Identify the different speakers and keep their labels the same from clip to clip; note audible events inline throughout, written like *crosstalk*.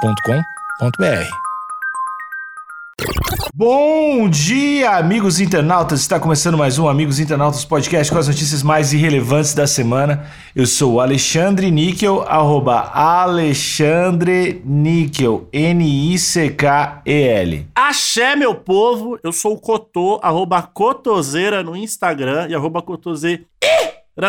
Speaker 1: agenciadepodcast.com.br.
Speaker 2: Bom dia, amigos internautas! Está começando mais um Amigos Internautas Podcast com as notícias mais irrelevantes da semana. Eu sou o Alexandre Níquel, arroba Alexandre Níquel, N-I-C-K-E-L.
Speaker 3: Axé, meu povo! Eu sou o Cotô, arroba Cotoseira no Instagram e arroba Cotoseira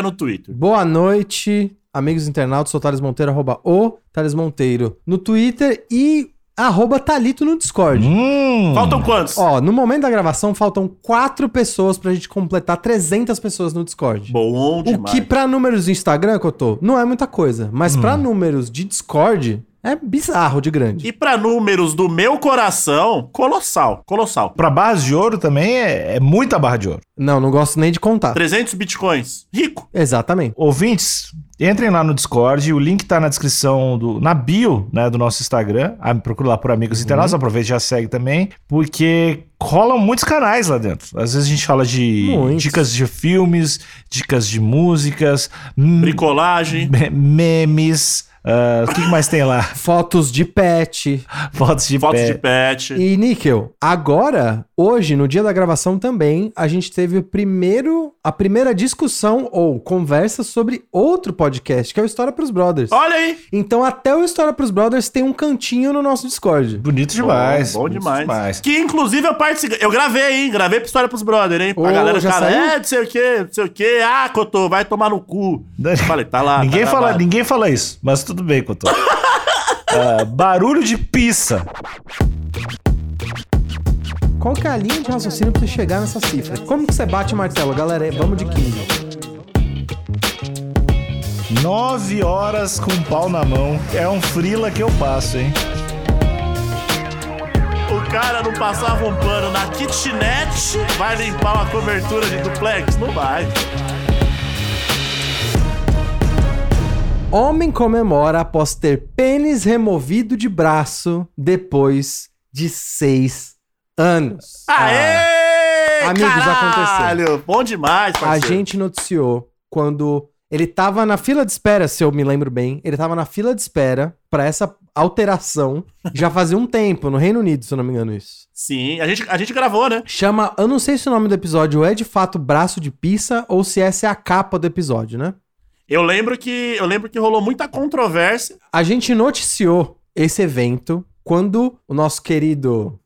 Speaker 3: no Twitter.
Speaker 4: Boa noite, amigos internautas. Sou Thales Monteiro, arroba o Thales Monteiro no Twitter e arroba Talito no Discord.
Speaker 2: Hum,
Speaker 3: Faltam quantos?
Speaker 4: Ó, no momento da gravação faltam quatro pessoas pra gente completar 300 pessoas no Discord.
Speaker 3: Bom
Speaker 4: o
Speaker 3: demais. Hum.
Speaker 4: que pra números do Instagram, Cotô, não é muita coisa. Mas pra números de Discord, é bizarro de grande.
Speaker 3: E pra números do meu coração, colossal, colossal.
Speaker 2: Pra barras de ouro também é, é muita barra de ouro.
Speaker 4: Não, não gosto nem de contar.
Speaker 3: 300 bitcoins. Rico.
Speaker 4: Exatamente.
Speaker 2: Ouvintes, entrem lá no Discord, o link tá na descrição do na bio, né, do nosso Instagram. Ah, procura lá por Amigos
Speaker 3: Uhum.
Speaker 2: Internautas, aproveita e já segue também, porque rolam muitos canais lá dentro. Às vezes a gente fala de
Speaker 4: Muitos.
Speaker 2: dicas de filmes, dicas de músicas, m-
Speaker 3: Bricolagem.
Speaker 2: me- memes, ah, o que que mais tem
Speaker 3: *laughs*
Speaker 2: lá?
Speaker 4: Fotos de pet.
Speaker 2: Fotos de
Speaker 3: Fotos
Speaker 2: pé.
Speaker 3: de pet.
Speaker 4: E, Níquel, agora, hoje, no dia da gravação também, a gente teve o primeiro, a primeira discussão ou conversa sobre outro podcast, que é o História pros Brothers.
Speaker 3: Olha aí.
Speaker 4: Então, até o História pros Brothers tem um cantinho no nosso Discord.
Speaker 2: Bonito demais.
Speaker 3: Bom, bom
Speaker 2: bonito
Speaker 3: demais. Que inclusive eu participei. Eu gravei, hein? Gravei pra história pros brother, hein? Pra
Speaker 4: Ô,
Speaker 3: galera
Speaker 4: já
Speaker 3: cara,
Speaker 4: saiu?
Speaker 3: é, não sei o quê, não sei o quê. Ah, Cotô, vai tomar no cu. Falei, tá lá. tá
Speaker 2: ninguém, fala,
Speaker 3: gravado.
Speaker 2: ninguém fala isso, mas tudo bem,
Speaker 3: *laughs*
Speaker 2: Couto. Ah, barulho de pizza.
Speaker 4: Qual que é a linha de raciocínio pra você chegar nessa cifra? Como que você bate o martelo? Galera, é, vamos de 15.
Speaker 2: 9 horas com um pau na mão. É um frila que eu passo, hein?
Speaker 3: O cara não passava um pano na kitnet, vai limpar uma cobertura de duplex? Não vai.
Speaker 4: Homem comemora após ter pênis removido de braço depois de seis anos.
Speaker 3: Aê!
Speaker 4: Ah, Amigos,
Speaker 3: caralho! Bom demais,
Speaker 4: A
Speaker 3: parceiro.
Speaker 4: gente noticiou quando ele tava na fila de espera, se eu me lembro bem. Ele tava na fila de espera pra essa alteração já fazia um tempo, no Reino Unido, se eu não me engano isso.
Speaker 3: Sim, a gente, a gente gravou, né?
Speaker 4: Chama, eu não sei se o nome do episódio é de fato Braço de Pizza ou se essa é a capa do episódio, né?
Speaker 3: Eu lembro que eu lembro que rolou muita controvérsia.
Speaker 4: A gente noticiou esse evento quando o nosso querido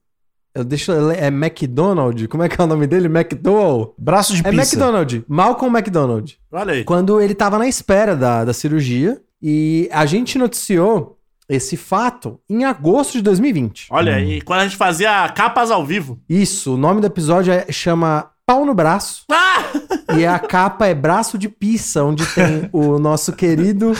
Speaker 4: eu deixo eu ler- é McDonald, como é que é o nome dele? McDowell.
Speaker 2: Braço de
Speaker 4: É
Speaker 2: pizza.
Speaker 4: McDonald, Malcolm McDonald.
Speaker 3: Olha aí.
Speaker 4: Quando ele tava na espera da, da cirurgia e a gente noticiou esse fato em agosto de 2020.
Speaker 3: Olha aí, quando a gente fazia capas ao vivo.
Speaker 4: Isso, o nome do episódio é, chama Pau no Braço
Speaker 3: Ah!
Speaker 4: *laughs* e a capa é Braço de Pizza, onde tem o nosso querido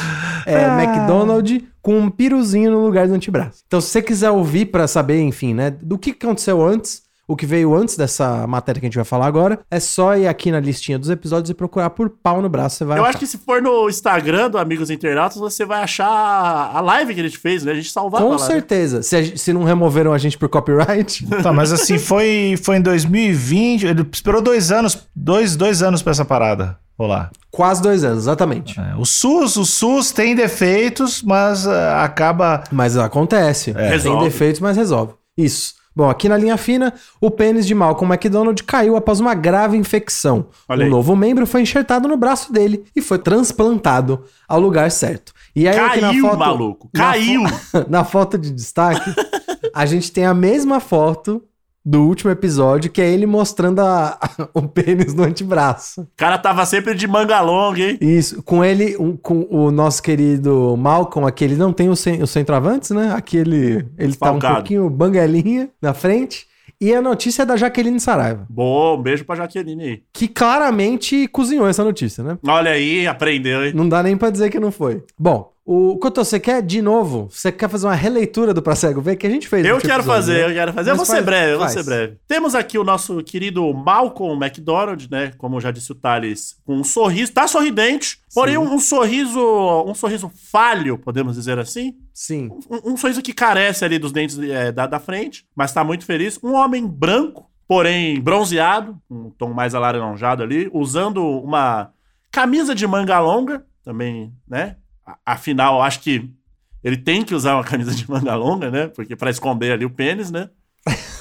Speaker 4: é,
Speaker 2: Ah.
Speaker 4: McDonald com um piruzinho no lugar do antebraço. Então, se você quiser ouvir pra saber, enfim, né, do que aconteceu antes, o que veio antes dessa matéria que a gente vai falar agora, é só ir aqui na listinha dos episódios e procurar por Pau no Braço, você vai
Speaker 3: Eu
Speaker 4: achar.
Speaker 3: acho que se for no Instagram do Amigos Internautas, você vai achar a live que a gente fez, né? A gente salvava
Speaker 4: Com
Speaker 3: lá. né?
Speaker 4: certeza. Se, a gen- se não removeram a gente por copyright. *laughs*
Speaker 2: Tá, mas assim, foi, foi em 2020. Ele esperou dois anos, dois, dois anos pra essa parada. Olá.
Speaker 4: Quase dois anos, exatamente.
Speaker 2: É, o SUS, o SUS tem defeitos, mas ah, acaba.
Speaker 4: Mas acontece. Tem
Speaker 3: É, Resolve.
Speaker 4: defeitos, mas resolve. Isso. Bom, aqui na linha fina, o pênis de Malcolm McDonald caiu após uma grave infecção.
Speaker 3: Olha
Speaker 4: um
Speaker 3: aí.
Speaker 4: novo membro foi enxertado no braço dele e foi transplantado ao lugar certo. E aí, aqui é na
Speaker 3: Caiu,
Speaker 4: foto,
Speaker 3: maluco.
Speaker 4: na fo-
Speaker 3: Caiu.
Speaker 4: *laughs* na foto de destaque, a gente tem a mesma foto do último episódio, que é ele mostrando a- *laughs* o pênis no antebraço.
Speaker 3: O cara tava sempre de manga longa, hein?
Speaker 4: Isso, com ele, um- com o nosso querido Malcolm, aquele não tem os cen- os centroavantes, né? Aquele, ele tá um
Speaker 3: Desfalcado.
Speaker 4: pouquinho banguelinha na frente. E a notícia é da Jaqueline Saraiva,
Speaker 3: Bom, um beijo pra Jaqueline aí.
Speaker 4: que claramente cozinhou essa notícia, né?
Speaker 3: Olha aí, aprendeu, hein?
Speaker 4: Não dá nem pra dizer que não foi. Bom, o Cotô, você quer, de novo, você quer fazer uma releitura do Pra Cego Ver, que a gente fez. no
Speaker 3: Eu
Speaker 4: último
Speaker 3: quero
Speaker 4: episódio,
Speaker 3: fazer,
Speaker 4: né?
Speaker 3: eu quero fazer. Eu
Speaker 4: Mas
Speaker 3: vou ser
Speaker 4: faz-
Speaker 3: breve, eu vou
Speaker 4: faz.
Speaker 3: ser breve. Temos aqui o nosso querido Malcolm McDonald, né? Como já disse o Thales, com um sorriso. Tá sorridente, porém um, um sorriso. Um sorriso falho, podemos dizer assim.
Speaker 4: Sim.
Speaker 3: Um, um sorriso que carece ali dos dentes é, da, da frente, mas tá muito feliz. Um homem branco, porém bronzeado, um tom mais alaranjado ali, usando uma camisa de manga longa, também, né? A- Afinal, acho que. Ele tem que usar uma camisa de manga longa, né? Porque pra esconder ali o pênis, né?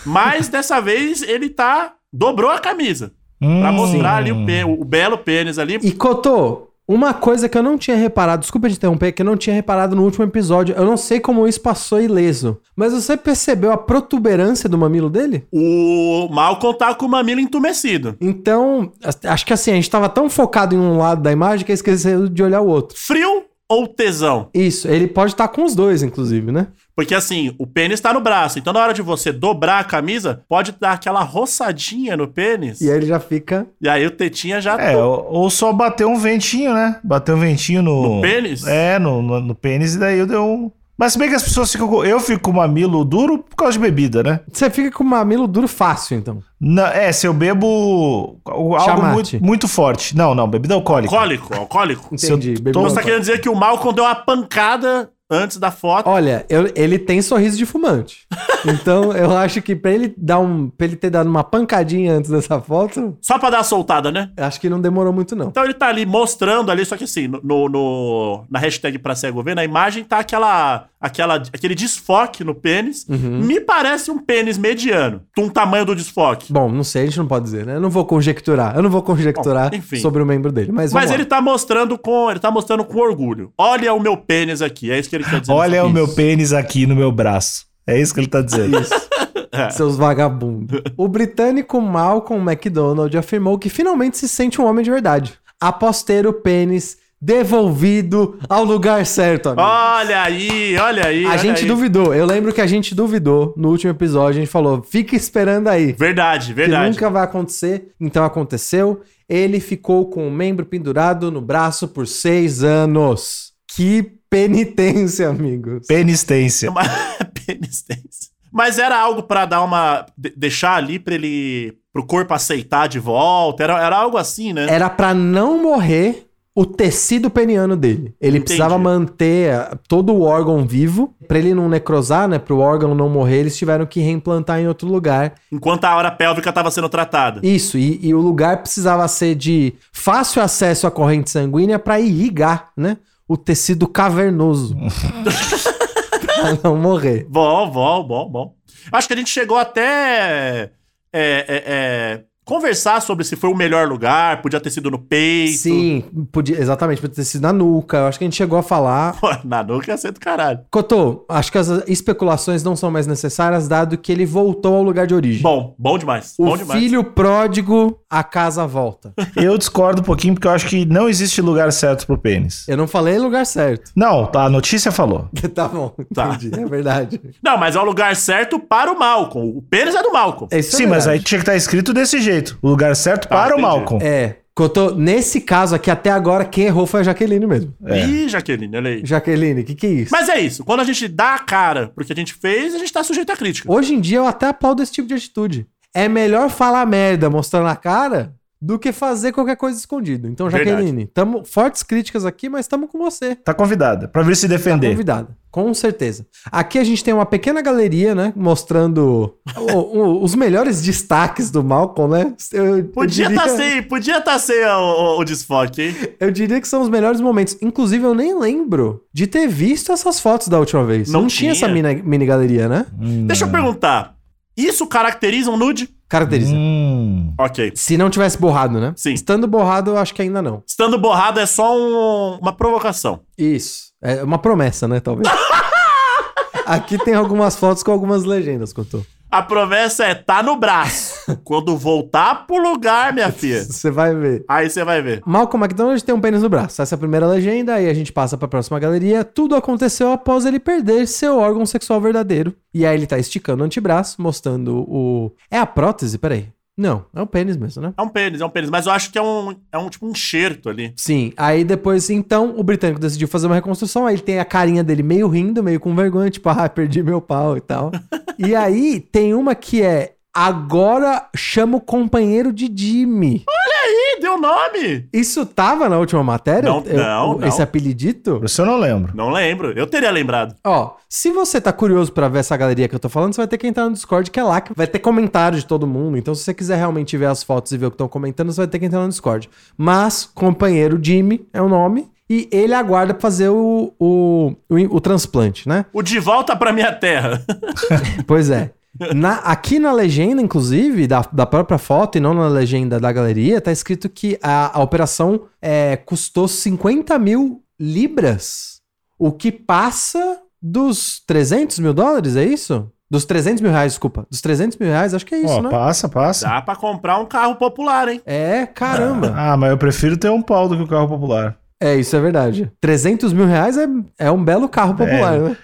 Speaker 3: Mas dessa vez ele tá. dobrou a camisa. Pra mostrar ali o, pê- o belo pênis ali.
Speaker 4: E Cotô, uma coisa que eu não tinha reparado, desculpa te interromper, que eu não tinha reparado no último episódio, eu não sei como isso passou ileso, mas você percebeu a protuberância do mamilo dele?
Speaker 3: O Malcolm tá com o mamilo entumecido.
Speaker 4: Então, as- acho que assim, a gente tava tão focado em um lado da imagem que esqueceu de olhar o outro.
Speaker 3: Frio ou tesão?
Speaker 4: Isso, ele pode estar com os dois, inclusive, né?
Speaker 3: Porque assim, o pênis tá no braço. Então na hora de você dobrar a camisa, pode dar aquela roçadinha no pênis.
Speaker 4: E aí ele já fica.
Speaker 3: E aí o tetinha já.
Speaker 2: É, ou, ou só bateu um ventinho, né? Bateu um ventinho no.
Speaker 3: No pênis?
Speaker 2: É, no, no, no pênis, e daí eu deu um. Mas se bem que as pessoas ficam. com- Eu fico com o mamilo duro por causa de bebida, né?
Speaker 4: Você fica com o mamilo duro fácil, então.
Speaker 2: Na- é, se eu bebo algo
Speaker 4: Chamate.
Speaker 2: muito, muito forte. Não, não, bebida alcoólica.
Speaker 3: Alcoólico, alcoólico.
Speaker 2: Se eu
Speaker 4: Entendi.
Speaker 2: tô-
Speaker 4: bebeu
Speaker 3: Então
Speaker 4: um
Speaker 3: você tá
Speaker 4: pouco.
Speaker 3: querendo dizer que o Malcolm deu uma pancada antes da foto.
Speaker 4: Olha, eu- ele tem sorriso de *laughs* fumante. Então, eu acho que pra ele dar um, pra ele ter dado uma pancadinha antes dessa foto,
Speaker 3: Só pra dar a soltada, né?
Speaker 4: acho que não demorou muito não.
Speaker 3: Então ele tá ali mostrando ali, só que assim, no, no- no- na hashtag pra cego ver, na imagem tá aquela, aquela, aquele desfoque no pênis. Me parece um pênis mediano, um tamanho do desfoque.
Speaker 4: Bom, não sei, a gente não pode dizer, né? Eu não vou conjecturar. Eu não vou conjecturar
Speaker 3: Bom, enfim.
Speaker 4: sobre o membro dele,
Speaker 3: Mas
Speaker 4: mas vamos
Speaker 3: ele
Speaker 4: lá.
Speaker 3: tá mostrando com, ele tá mostrando com orgulho. Olha o meu pênis aqui, é isso que ele quer dizer.
Speaker 2: Olha o
Speaker 3: Isso.
Speaker 2: meu pênis aqui no meu braço. É isso que ele tá
Speaker 3: *laughs*
Speaker 2: dizendo.
Speaker 4: Seus vagabundos. o britânico Malcolm MacDonald afirmou que finalmente se sente um homem de verdade. Após ter o pênis devolvido ao lugar certo, amigo.
Speaker 3: Olha aí, olha aí.
Speaker 4: a
Speaker 3: Ah, olha
Speaker 4: gente
Speaker 3: aí.
Speaker 4: duvidou. Eu lembro que a gente duvidou no último episódio. A gente falou, fica esperando aí.
Speaker 3: Verdade,
Speaker 4: que
Speaker 3: verdade.
Speaker 4: nunca vai acontecer. Então aconteceu. Ele ficou com o membro pendurado no braço por seis anos. Que penitência, amigos.
Speaker 2: Penistência.
Speaker 3: *laughs* Uma penitência. Mas era algo pra dar uma. de- deixar ali pra ele. pro corpo aceitar de volta. Era, era algo assim, né?
Speaker 4: Era pra não morrer o tecido peniano dele. Ele
Speaker 3: Entendi.
Speaker 4: precisava manter ah, todo o órgão vivo. Pra ele não necrosar, né? Para o órgão não morrer, eles tiveram que reimplantar em outro lugar.
Speaker 3: Enquanto a hora pélvica tava sendo tratada.
Speaker 4: Isso, e, e o lugar precisava ser de fácil acesso à corrente sanguínea para irrigar, né? O tecido cavernoso. *laughs* pra não morrer.
Speaker 3: Bom, bom, bom, bom. Acho que a gente chegou até. é, é, é, conversar sobre se foi o melhor lugar, podia ter sido no peito.
Speaker 4: Sim, podia, exatamente, podia ter sido na nuca. Eu acho que a gente chegou a falar.
Speaker 3: Pô, na nuca ia ser do caralho.
Speaker 4: Cotô, acho que as especulações não são mais necessárias, dado que ele voltou ao lugar de origem.
Speaker 3: Bom, bom demais.
Speaker 4: o
Speaker 3: bom demais.
Speaker 4: filho pródigo, a casa volta.
Speaker 2: Eu discordo um pouquinho porque eu acho que não existe lugar certo pro pênis.
Speaker 4: Eu não falei lugar certo. *laughs*
Speaker 2: Não, tá, a notícia falou.
Speaker 4: tá bom,
Speaker 3: Tá.
Speaker 4: entendi. É verdade.
Speaker 3: Não, mas é o lugar certo para o Malcolm. O pênis é do Malcolm.
Speaker 4: É, Isso é
Speaker 2: Sim, mas
Speaker 4: verdade.
Speaker 2: aí tinha que estar escrito desse jeito. O lugar certo para o
Speaker 3: Ah, entendi.
Speaker 2: Malcolm.
Speaker 4: É, Cotô, nesse caso aqui, até agora, quem errou foi a Jaqueline mesmo.
Speaker 2: É.
Speaker 3: Ih, Jaqueline, olha aí.
Speaker 4: Jaqueline, o que, que é isso?
Speaker 3: Mas é isso. Quando a gente dá a cara pro que a gente fez, a gente tá sujeito a crítica.
Speaker 4: Hoje em dia eu até aplaudo esse tipo de atitude. É melhor falar merda mostrando a cara do que fazer qualquer coisa escondido. Então,
Speaker 3: Verdade.
Speaker 4: Jaqueline, tamo, fortes críticas aqui, mas estamos com você.
Speaker 2: Tá convidada pra vir se
Speaker 4: Tá
Speaker 2: defender.
Speaker 4: convidada. Com certeza. Aqui a gente tem uma pequena galeria, né? Mostrando o- o- os melhores destaques do Malcolm, né? Eu- eu
Speaker 3: Podia
Speaker 4: diria-
Speaker 3: tá sem, podia tá sem o, o- o desfoque, hein?
Speaker 4: Eu diria que são os melhores momentos. Inclusive, eu nem lembro de ter visto essas fotos da última vez.
Speaker 3: Não
Speaker 4: Não, tinha, essa
Speaker 3: tinha.
Speaker 4: mini, mini galeria, né?
Speaker 3: Deixa eu perguntar. Isso caracteriza um nude?
Speaker 4: Caracteriza.
Speaker 2: Hum.
Speaker 3: Ok.
Speaker 4: Se não tivesse borrado, né?
Speaker 3: Sim.
Speaker 4: Estando borrado, eu acho que ainda não.
Speaker 3: Estando borrado é só um- uma provocação.
Speaker 4: Isso. É uma promessa,
Speaker 3: *laughs*
Speaker 4: né? Talvez. Aqui tem algumas fotos com algumas legendas, contou.
Speaker 3: A promessa é tá no
Speaker 4: *laughs*
Speaker 3: braço. Quando voltar pro lugar, minha filha,
Speaker 4: Você vai ver.
Speaker 3: aí você vai ver.
Speaker 4: Malcolm McDonald tem um pênis no braço. Essa é a primeira legenda, aí a gente passa pra próxima galeria. Tudo aconteceu após ele perder seu órgão sexual verdadeiro. E aí ele tá esticando o antebraço, mostrando o. É a prótese? Peraí. Não, é o pênis mesmo, né?
Speaker 3: É um pênis, é um pênis. Mas eu acho que é um, é um tipo um enxerto ali.
Speaker 4: Sim, aí depois, então, o britânico decidiu fazer uma reconstrução. Aí ele tem a carinha dele meio rindo, meio com vergonha, tipo, *laughs* ah, perdi meu pau e
Speaker 3: *laughs*
Speaker 4: tal. e aí tem uma que é. Agora chama o companheiro de Jimmy.
Speaker 3: Ih, deu nome!
Speaker 4: Isso tava na última matéria?
Speaker 3: Não, não,
Speaker 4: Esse
Speaker 3: não.
Speaker 4: apelidito?
Speaker 2: Isso eu não lembro.
Speaker 3: Não lembro. Eu teria lembrado.
Speaker 4: Ó, se você tá curioso pra ver essa galeria que eu tô falando, você vai ter que entrar no Discord, que é lá que vai ter comentário de todo mundo. Então, se você quiser realmente ver as fotos e ver o que estão comentando, você vai ter que entrar no Discord. Mas, companheiro Jimmy é o nome. e ele aguarda pra fazer o, o, o, o transplante, né?
Speaker 3: O De Volta pra Minha Terra. *laughs*
Speaker 4: Pois é. Na- aqui na legenda, inclusive, da, da própria foto e não na legenda da galeria, tá escrito que a, a operação é, custou 50 mil libras, o que passa dos 300 mil dólares, é isso? Dos 300 mil reais, desculpa. Dos 300 mil reais, acho que é isso,
Speaker 2: Ó,
Speaker 4: né?
Speaker 2: passa, passa.
Speaker 3: Dá pra comprar um carro popular, hein?
Speaker 4: É, caramba.
Speaker 2: Ah, mas eu prefiro ter um pau do que o carro popular.
Speaker 4: É, isso é verdade. 300 mil reais é, é um belo carro popular, né?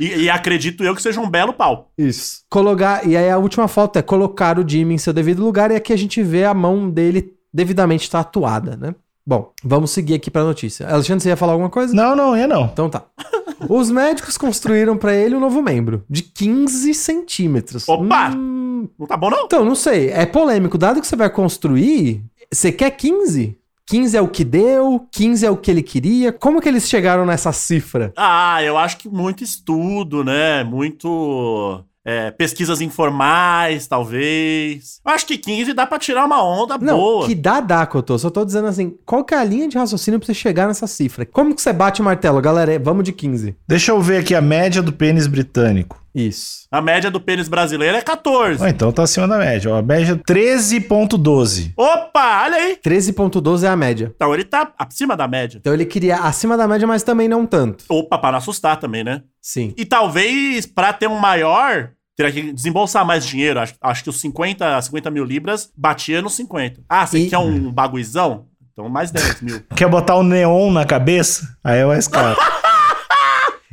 Speaker 3: E, e acredito eu que seja um belo pau.
Speaker 4: Isso. Colocar, e aí a última foto é colocar o Jimmy em seu devido lugar e aqui a gente vê a mão dele devidamente tatuada, né? Bom, vamos seguir aqui pra notícia. Alexandre, você ia falar alguma coisa?
Speaker 2: Não, não, ia não.
Speaker 4: Então tá. *laughs* Os médicos construíram pra ele um novo membro de 15 centímetros.
Speaker 3: Opa!
Speaker 4: Hum,
Speaker 3: Não tá bom, não?
Speaker 4: então, não sei. É polêmico. Dado que você vai construir, você quer 15? 15 é o que deu, 15 é o que ele queria. Como que eles chegaram nessa cifra?
Speaker 3: Ah, eu acho que muito estudo, né? Muito. é, pesquisas informais, talvez. Eu acho que 15 dá pra tirar uma onda
Speaker 4: Não,
Speaker 3: boa.
Speaker 4: que dá, dá, Cotô. Só tô dizendo assim, qual que é a linha de raciocínio pra você chegar nessa cifra? Como que você bate o martelo? Galera, é- vamos de 15.
Speaker 2: Deixa eu ver aqui a média do pênis britânico.
Speaker 4: Isso.
Speaker 3: A média do pênis brasileiro é 14.
Speaker 2: Ah, então tá acima da média. Ó, a média é 13.12.
Speaker 3: Opa, olha aí.
Speaker 4: 13.12 é a média.
Speaker 3: Então ele tá acima da média.
Speaker 4: Então ele queria acima da média, mas também não tanto.
Speaker 3: Opa, pra não assustar também, né?
Speaker 4: Sim.
Speaker 3: E talvez pra ter um maior, teria que desembolsar mais dinheiro. Acho, acho que os 50, 50 mil libras batia nos 50. Ah, você
Speaker 4: E-
Speaker 3: quer um baguizão? Então mais 10
Speaker 4: *laughs*
Speaker 3: mil.
Speaker 2: Quer botar o neon na cabeça? Aí é mais caro.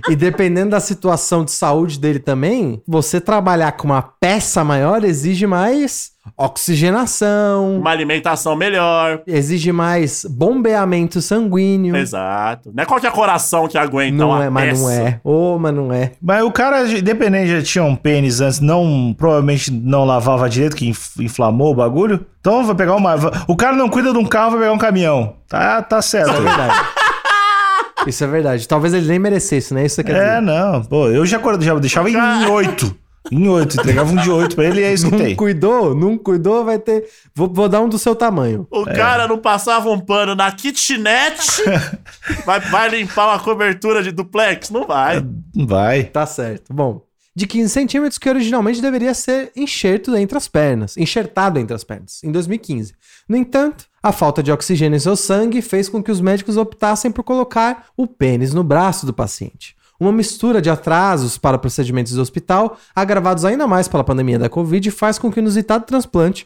Speaker 4: E dependendo da situação de saúde dele também, você trabalhar com uma peça maior exige mais oxigenação,
Speaker 3: Uma alimentação melhor.
Speaker 4: exige mais bombeamento sanguíneo.
Speaker 3: Exato. Não é qualquer coração que aguenta
Speaker 4: um Não
Speaker 3: uma
Speaker 4: é, mas não
Speaker 3: então, peça.
Speaker 4: é. Ô, mas não é.
Speaker 2: Mas o cara, independente, já tinha um pênis antes, não, provavelmente não lavava direito, que inf- inflamou o bagulho. Então vai pegar uma. va- O cara não cuida de um carro, vai pegar um caminhão. Tá, tá certo.
Speaker 4: Isso
Speaker 2: *laughs*
Speaker 4: é verdade. Isso é verdade. Talvez ele nem merecesse, né? Isso você quer dizer.
Speaker 2: é, não. Pô, eu já, acorda- já deixava em oito. Em oito. Entregava um de oito pra ele e é isso que
Speaker 4: *laughs* Não
Speaker 2: tem.
Speaker 4: cuidou? Não cuidou, vai ter. Vou, vou dar um do seu tamanho.
Speaker 3: O cara não passava um pano na
Speaker 4: *laughs*
Speaker 3: kitnet, vai, vai limpar uma cobertura de duplex? Não vai.
Speaker 2: Não Vai.
Speaker 4: Tá certo. Bom. De 15 centímetros, que originalmente deveria ser enxerto entre as pernas, enxertado entre as pernas, em 2015. No entanto, a falta de oxigênio em seu sangue fez com que os médicos optassem por colocar o pênis no braço do paciente. Uma mistura de atrasos para procedimentos do hospital, agravados ainda mais pela pandemia da Covid, faz com que o inusitado transplante,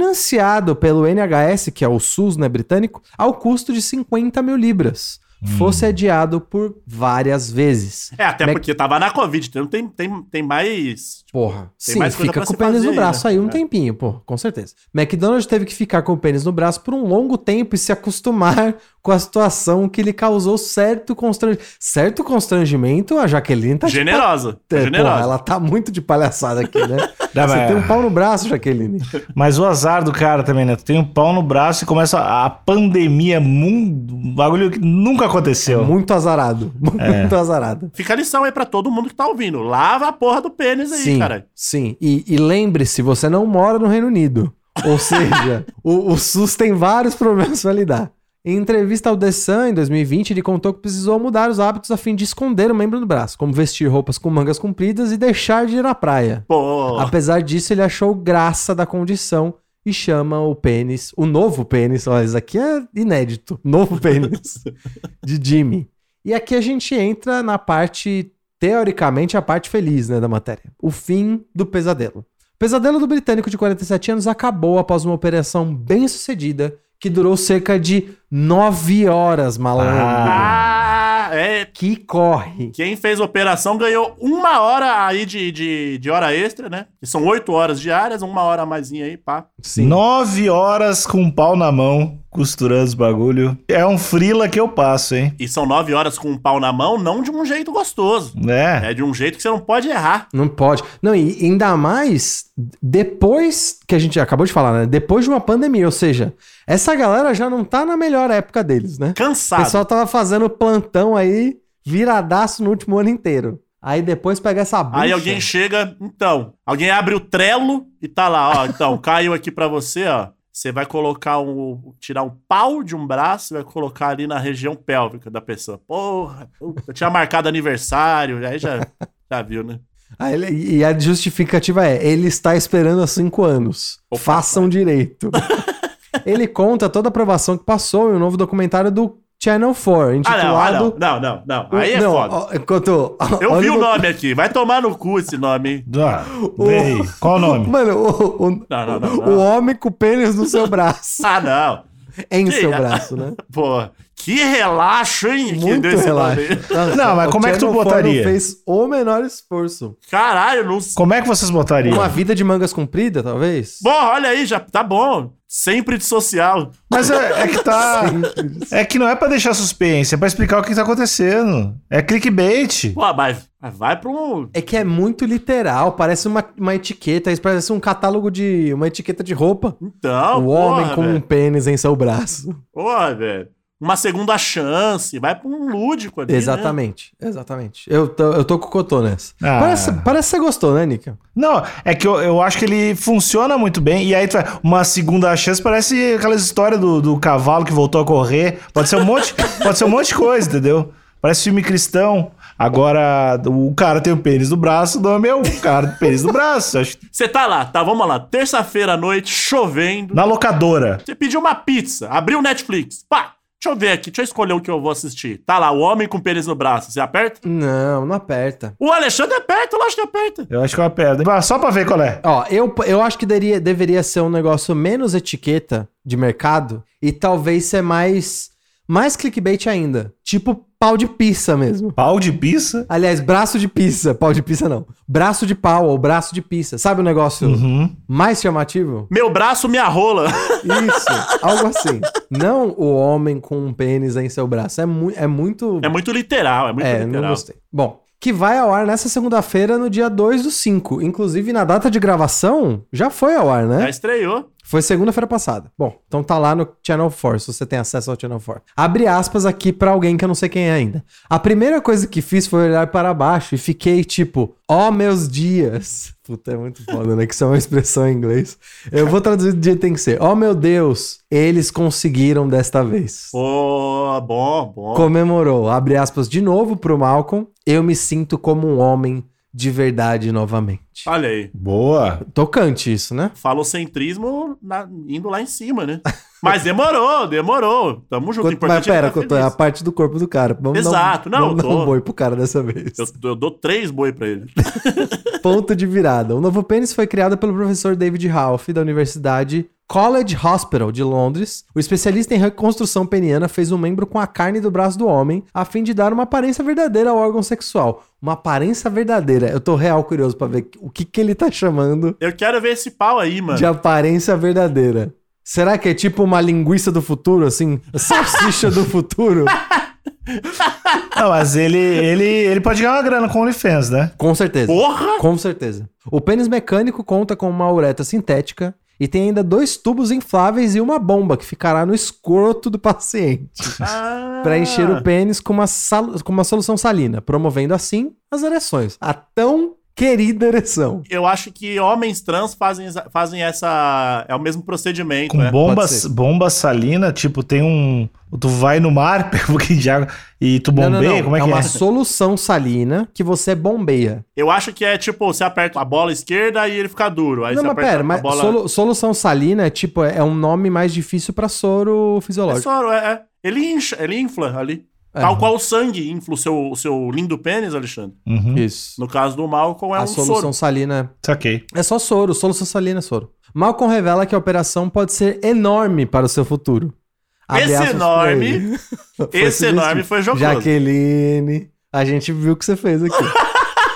Speaker 4: financiado pelo NHS, que é o SUS né, britânico, ao custo de 50 mil libras, fosse adiado por várias vezes.
Speaker 3: É, até
Speaker 4: Mac-
Speaker 3: porque tava na Covid, então tem, tem, tem mais. tipo,
Speaker 4: Porra.
Speaker 3: Tem
Speaker 4: Sim,
Speaker 3: mais coisa
Speaker 4: fica
Speaker 3: pra
Speaker 4: com
Speaker 3: se
Speaker 4: o pênis
Speaker 3: fazer
Speaker 4: no
Speaker 3: aí,
Speaker 4: braço
Speaker 3: né?
Speaker 4: aí um
Speaker 3: É.
Speaker 4: tempinho, pô, com certeza. McDonald's teve que ficar com o pênis no braço por um longo tempo e se acostumar *laughs* com a situação que lhe causou certo constrangimento. Certo constrangimento, a Jaqueline tá de
Speaker 3: generosa.
Speaker 4: pa- é,
Speaker 3: generosa.
Speaker 4: Porra, ela tá muito de palhaçada aqui, né?
Speaker 2: Dá,
Speaker 4: Você
Speaker 2: mas-
Speaker 4: tem um pau no braço, Jaqueline.
Speaker 2: Mas o azar do cara também, né? Tu tem um pau no braço e começa a a pandemia, mundo, um bagulho que nunca aconteceu.
Speaker 4: Muito azarado. *laughs* Muito azarado.
Speaker 3: Fica a lição aí pra todo mundo que tá ouvindo. Lava a porra do pênis aí,
Speaker 4: Sim,
Speaker 3: cara.
Speaker 4: sim. E, e lembre-se, você não mora no Reino Unido. Ou seja,
Speaker 3: *laughs*
Speaker 4: o, o SUS tem vários problemas para lidar. Em entrevista ao The Sun, em 2020, ele contou que precisou mudar os hábitos a fim de esconder o membro do braço, como vestir roupas com mangas compridas e deixar de ir à praia.
Speaker 3: Pô.
Speaker 4: Apesar disso, ele achou graça da condição e chama o pênis, o novo pênis, olha, isso aqui é inédito, novo pênis, de Jimmy. E aqui a gente entra na parte, teoricamente, a parte feliz né, da matéria. O fim do pesadelo. O pesadelo do britânico de 47 anos acabou após uma operação bem sucedida que durou cerca de 9 horas, malandro.
Speaker 3: Ah, é.
Speaker 4: Que corre.
Speaker 3: Quem fez a operação ganhou uma hora aí de, de, de hora extra, né? Que são oito horas diárias, uma hora a maisinha aí, pá.
Speaker 2: Nove horas com um pau na mão, costurando os bagulho. É um frila que eu passo, hein?
Speaker 3: E são nove horas com um pau na mão, não de um jeito gostoso.
Speaker 2: Né?
Speaker 3: É de um jeito que você não pode errar.
Speaker 4: Não pode. Não, e ainda mais depois que a gente acabou de falar, né? Depois de uma pandemia, ou seja, essa galera já não tá na melhor época deles, né? O
Speaker 3: Cansado.
Speaker 4: pessoal tava fazendo plantão aí, viradaço no último ano inteiro. Aí depois pega essa bucha.
Speaker 3: Aí alguém *laughs* chega, então, alguém abre o Trello e tá lá, ó, então, caiu aqui pra você, ó, Você vai colocar um. tirar um pau de um braço e vai colocar ali na região pélvica da pessoa. Porra, eu tinha marcado aniversário, aí já, já viu, né?
Speaker 4: Aí ele- e a justificativa é: ele está esperando há cinco anos.
Speaker 3: Opa.
Speaker 4: Façam
Speaker 3: *laughs*
Speaker 4: direito. ele conta toda a aprovação que passou em um novo documentário do Channel 4,
Speaker 3: Ah, não, ah, não, não,
Speaker 4: intitulado.
Speaker 3: não, não. Aí é
Speaker 4: Não,
Speaker 3: foda.
Speaker 4: ó, enquanto-
Speaker 3: Eu
Speaker 4: olha
Speaker 3: vi o
Speaker 4: do-
Speaker 3: nome aqui. Vai tomar no cu esse nome, hein?
Speaker 2: Ah, daí, Qual o nome?
Speaker 4: Mano, o, o-
Speaker 3: Não, não, não,
Speaker 4: o
Speaker 3: não.
Speaker 4: homem com o pênis
Speaker 3: *laughs*
Speaker 4: no seu braço. É
Speaker 3: Ah, não.
Speaker 4: em
Speaker 3: Que-
Speaker 4: seu braço, né?
Speaker 3: Pô, que relaxo, hein? *laughs* que
Speaker 4: Muito
Speaker 3: deu esse nome.
Speaker 4: relaxa. Nossa,
Speaker 2: Não, mas
Speaker 4: o
Speaker 2: como é que tu
Speaker 4: Channel 4
Speaker 2: botaria?
Speaker 4: Não fez o menor esforço.
Speaker 3: Caralho, não sei.
Speaker 2: Como é que vocês botariam?
Speaker 4: Uma vida de mangas comprida, talvez?
Speaker 3: Bom, olha aí, já tá bom. Sempre de social.
Speaker 2: Mas é, é que tá.
Speaker 4: *laughs*
Speaker 2: É que não é pra deixar suspense, é pra explicar o que tá acontecendo. É clickbait.
Speaker 3: Pô, mas mas vai pra um.
Speaker 4: É que é muito literal, parece uma, uma etiqueta, isso parece um catálogo de. uma etiqueta de roupa.
Speaker 3: Então,
Speaker 4: o
Speaker 3: porra,
Speaker 4: homem com um
Speaker 3: velho.
Speaker 4: pênis em seu braço.
Speaker 3: Porra, velho. Uma segunda chance. Vai pra um lúdico ali. né?
Speaker 4: Exatamente, exatamente. Eu tô, eu tô com o cotô nessa.
Speaker 2: Ah.
Speaker 4: Parece, parece que você gostou, né, Nica?
Speaker 2: Não, é que eu, eu acho que ele funciona muito bem. E aí, tu vai, uma segunda chance parece aquelas histórias do, do cavalo que voltou a correr. Pode ser um monte, pode ser um monte de coisa, entendeu? Parece filme cristão. Agora, o cara tem o pênis no braço, não é meu. O cara tem o pênis no braço. Acho que-
Speaker 3: Você tá lá, tá? Vamos lá. Terça-feira à noite, chovendo.
Speaker 2: na locadora.
Speaker 3: Você pediu uma pizza, abriu o Netflix. Pá, deixa eu ver aqui, deixa eu escolher o que eu vou assistir. Tá lá, o homem com pênis no braço. Você aperta?
Speaker 4: Não, não aperta.
Speaker 3: O Alexandre aperta, lógico que aperta.
Speaker 2: Eu acho que é uma pedra. Ah, Só pra ver qual é.
Speaker 4: Ó, eu, eu acho que deveria, deveria ser um negócio menos etiqueta de mercado e talvez ser mais, mais clickbait ainda. Tipo pau de pizza mesmo.
Speaker 2: Pau de pizza?
Speaker 4: Aliás, braço de pizza. Pau de pizza não. Braço de pau ou braço de pizza. Sabe o negócio
Speaker 3: Uhum.
Speaker 4: mais chamativo?
Speaker 3: Meu braço, minha rola. *laughs*
Speaker 4: Isso, algo assim. Não o homem com um pênis em seu braço. É, mu é muito.
Speaker 3: É muito literal, é muito
Speaker 4: É, não
Speaker 3: literal.
Speaker 4: gostei. Bom, que vai ao ar nessa segunda-feira, no dia 2 do 5. Inclusive, na data de gravação, já foi ao ar, né?
Speaker 3: Já estreou.
Speaker 4: Foi segunda-feira passada. Bom, então tá lá no Channel 4, se você tem acesso ao Channel 4. Abre aspas aqui pra alguém que eu não sei quem é ainda. A primeira coisa que fiz foi olhar para baixo e fiquei tipo, ó meus dias. *laughs* Puta, é muito foda, né? Que isso é uma expressão em inglês. Eu vou traduzir do jeito que tem que ser. Ó meu Deus, eles conseguiram desta vez.
Speaker 3: Pô, bom, bom.
Speaker 4: Comemorou. Abre aspas de novo pro Malcolm. Eu me sinto como um homem de verdade novamente.
Speaker 3: Olha aí.
Speaker 2: Boa.
Speaker 4: Tocante isso, né?
Speaker 3: Falocentrismo na- indo lá em cima, né? Mas demorou, demorou. Tamo junto. O
Speaker 4: Quanto- mas
Speaker 3: importante
Speaker 4: pera,
Speaker 3: é que
Speaker 4: Cotô,
Speaker 3: tá
Speaker 4: é a
Speaker 3: feliz.
Speaker 4: parte do corpo do cara. Vamos
Speaker 3: Exato,
Speaker 4: dar
Speaker 3: não,
Speaker 4: um, vamos
Speaker 3: eu
Speaker 4: dar um
Speaker 3: tô-
Speaker 4: boi pro cara dessa vez.
Speaker 3: eu, eu dou três boi pra ele.
Speaker 4: Ponto de virada. O novo pênis foi criado pelo professor David Ralph, da Universidade College Hospital de Londres. O especialista em reconstrução peniana fez um membro com a carne do braço do homem, a fim de dar uma aparência verdadeira ao órgão sexual. Uma aparência verdadeira. Eu tô real curioso pra ver o que, que ele tá chamando
Speaker 3: Eu quero ver esse pau aí, mano.
Speaker 4: de aparência verdadeira. Será que é tipo uma linguiça do futuro, assim? Salsicha do futuro?
Speaker 3: *laughs*
Speaker 2: Não, mas ele, ele, ele pode ganhar uma grana com o OnlyFans, né?
Speaker 4: Com certeza. *laughs*
Speaker 3: Porra!
Speaker 4: Com certeza. O pênis mecânico conta com uma uretra sintética e tem ainda dois tubos infláveis e uma bomba que ficará no escroto do paciente
Speaker 3: Ah.
Speaker 4: para encher o pênis com uma, sal- com uma solução salina, promovendo assim as ereções. A tão querida ereção.
Speaker 3: Eu acho que homens trans fazem, exa- fazem essa. É o mesmo procedimento,
Speaker 2: Com
Speaker 3: né?
Speaker 2: bomba,
Speaker 4: Pode ser.
Speaker 2: bomba salina, tipo, tem um. Tu vai no mar, *laughs* pega um pouquinho de água e tu bombeia? Como é, que
Speaker 4: uma
Speaker 2: é?
Speaker 4: solução salina que você bombeia.
Speaker 3: Eu acho que é tipo, você aperta a bola esquerda e ele fica duro. Aí
Speaker 4: Não,
Speaker 3: você
Speaker 4: mas
Speaker 3: aperta
Speaker 4: pera,
Speaker 3: a
Speaker 4: mas
Speaker 3: bola.
Speaker 4: solu- solução salina é tipo é um nome mais difícil para soro
Speaker 3: É
Speaker 4: fisiológico.
Speaker 3: soro, é, é. Ele incha, ele infla ali.
Speaker 4: É.
Speaker 3: Tal qual o sangue infla o seu, o seu lindo pênis, Alexandre.
Speaker 2: Uhum,
Speaker 4: Isso.
Speaker 3: No caso do Malcolm, é
Speaker 4: a
Speaker 3: um
Speaker 4: solução
Speaker 3: soro.
Speaker 4: salina
Speaker 2: saquei.
Speaker 4: É só soro, solução salina é soro. Malcolm revela que a operação pode ser enorme para o seu futuro. Abre
Speaker 3: Esse
Speaker 4: aspas pra
Speaker 3: enorme- *laughs*
Speaker 4: ele. Foi
Speaker 3: Esse
Speaker 4: sugestivo.
Speaker 3: enorme foi jocoso.
Speaker 4: Jaqueline, a gente viu o que você fez
Speaker 3: *laughs*
Speaker 4: aqui.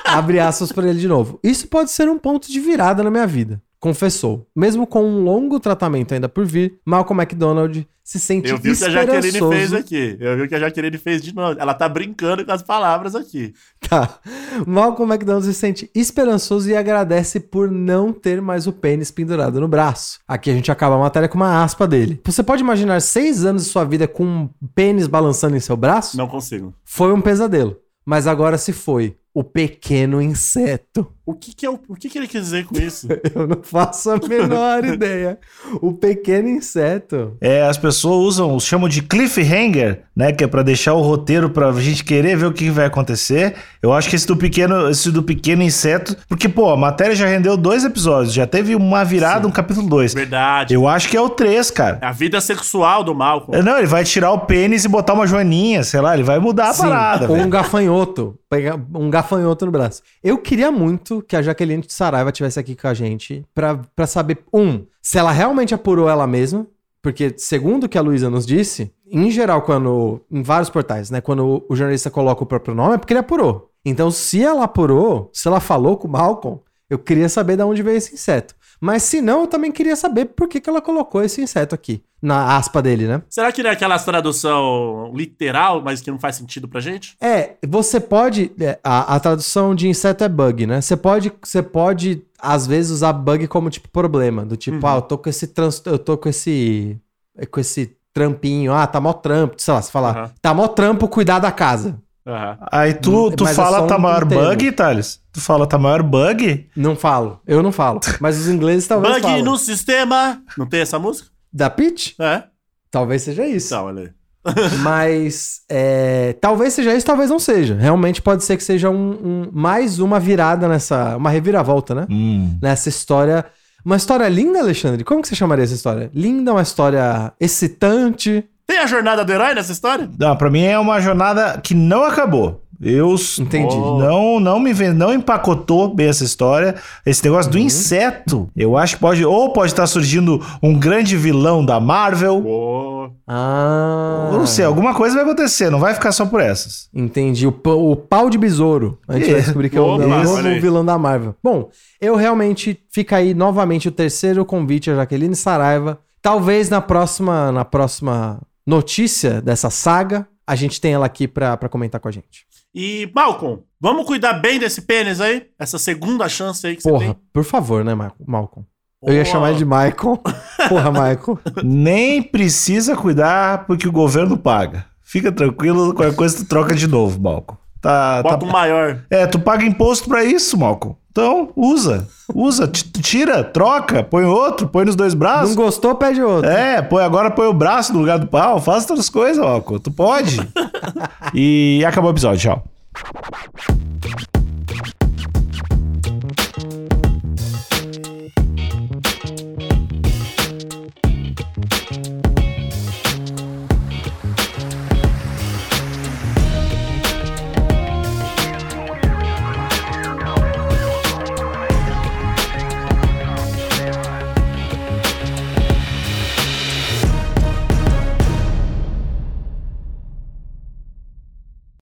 Speaker 4: Abre aspas pra ele de novo. Isso pode ser um ponto de virada na minha vida. Confessou. Mesmo com um longo tratamento ainda por vir, Malcolm McDonald se sente
Speaker 3: Eu vi o que a
Speaker 4: é esperançoso.
Speaker 3: Jaqueline fez aqui. Eu vi o que a Jaqueline fez de novo. Ela tá brincando com as palavras aqui.
Speaker 4: Tá. Malcolm McDonald se sente esperançoso e agradece por não ter mais o pênis pendurado no braço. Aqui a gente acaba a matéria com uma aspa dele. Você pode imaginar seis anos de sua vida com um pênis balançando em seu braço?
Speaker 3: Não consigo.
Speaker 4: Foi um pesadelo. Mas agora se foi. O pequeno inseto. *laughs*
Speaker 3: O que que, eu, o que, que ele quis dizer com isso?
Speaker 4: Eu não faço a menor ideia. O pequeno inseto.
Speaker 2: É, as pessoas usam, chamam de cliffhanger, né? Que é pra deixar o roteiro pra gente querer ver o que vai acontecer. Eu acho que esse do pequeno, esse do pequeno inseto, porque pô, a matéria já rendeu dois episódios, já teve uma virada, um capítulo 2.
Speaker 3: Verdade.
Speaker 2: Eu acho que é o 3, cara.
Speaker 3: É A vida sexual do Malcolm.
Speaker 2: É, Não, ele vai tirar o pênis e botar uma joaninha, sei lá, ele vai mudar a
Speaker 4: Sim,
Speaker 2: parada,
Speaker 4: ou
Speaker 2: velho.
Speaker 4: um gafanhoto. Pegar um gafanhoto no braço. Eu queria muito que a Jaqueline de Saraiva estivesse aqui com a gente pra, pra saber, um, se ela realmente apurou ela mesma, porque segundo o que a Luísa nos disse, em geral, quando. Em vários portais, né? Quando o jornalista coloca o próprio nome, é porque ele apurou. Então, se ela apurou, se ela falou com o Malcolm, eu queria saber de onde veio esse inseto. Mas se não, eu também queria saber por que, que ela colocou esse inseto aqui, na aspa dele, né?
Speaker 3: Será que não é aquelas tradução literal, mas que não faz sentido pra gente?
Speaker 4: É, você pode. é, A, a tradução de inseto é bug, né? Você pode, você pode, às vezes, usar bug como tipo problema. Do
Speaker 3: Uhum.
Speaker 4: tipo, ah, eu tô com esse trans, eu tô com esse. é, com esse trampinho, ah, tá mó trampo, sei lá, se falar,
Speaker 3: Aham.
Speaker 4: tá mó trampo cuidar da casa.
Speaker 3: Aham.
Speaker 2: Aí tu, tu
Speaker 4: Mas é só
Speaker 2: fala
Speaker 4: um
Speaker 2: tá maior
Speaker 4: termo.
Speaker 2: bug, Thales? Tu fala tá maior bug?
Speaker 4: Não falo, eu
Speaker 3: *laughs*
Speaker 4: não falo. Mas os ingleses talvez.
Speaker 3: Bug
Speaker 4: falam.
Speaker 3: no sistema. Não tem essa música?
Speaker 4: Da Peach?
Speaker 3: É.
Speaker 4: Talvez seja isso.
Speaker 3: Então, *laughs* olha aí.
Speaker 4: Mas é, talvez seja isso, talvez não seja. Realmente pode ser que seja um- um- mais uma virada nessa. Uma reviravolta, né?
Speaker 2: Hum.
Speaker 4: nessa história. Uma história linda, Alexandre? Como que você chamaria essa história? Linda, uma história excitante.
Speaker 3: Tem a jornada do herói nessa história?
Speaker 2: Não, pra mim é uma jornada que não acabou. Eu s-
Speaker 4: Entendi.
Speaker 2: não não me ven- não empacotou bem essa história. Esse negócio do
Speaker 4: Uhum.
Speaker 2: inseto, eu acho que pode ou pode estar surgindo um grande vilão da Marvel.
Speaker 3: Oh.
Speaker 4: Ah.
Speaker 2: Eu não sei, alguma coisa vai acontecer, não vai ficar só por
Speaker 4: *laughs*
Speaker 2: essas.
Speaker 4: Entendi. O, pa- o pau de besouro. A gente vai descobrir que é o
Speaker 3: Opa,
Speaker 4: novo
Speaker 3: olha aí.
Speaker 4: vilão da Marvel. Bom, eu realmente fica aí novamente o terceiro convite a Jaqueline Saraiva. Talvez na próxima, na próxima notícia dessa saga, a gente tenha ela aqui pra, pra comentar com a gente.
Speaker 3: E, Malcolm, vamos cuidar bem desse pênis aí? Essa segunda chance aí que você
Speaker 4: Porra,
Speaker 3: tem.
Speaker 4: por favor, né, Ma- Malcolm? Eu ia
Speaker 3: Porra.
Speaker 4: chamar ele de
Speaker 3: *laughs*
Speaker 4: Michael. Porra, Michael.
Speaker 2: Nem precisa cuidar porque o governo paga. Fica tranquilo, qualquer coisa tu troca de novo, Malco. Tá, tá
Speaker 3: Bota um maior.
Speaker 2: É, tu paga imposto pra isso, Malco. Então, usa. Usa, t- tira, troca, põe outro, põe nos dois braços.
Speaker 4: Não gostou, pede outro.
Speaker 2: É, põe, agora põe o braço no lugar do pau, faz outras coisas, Malco. Tu pode. e acabou o episódio, tchau.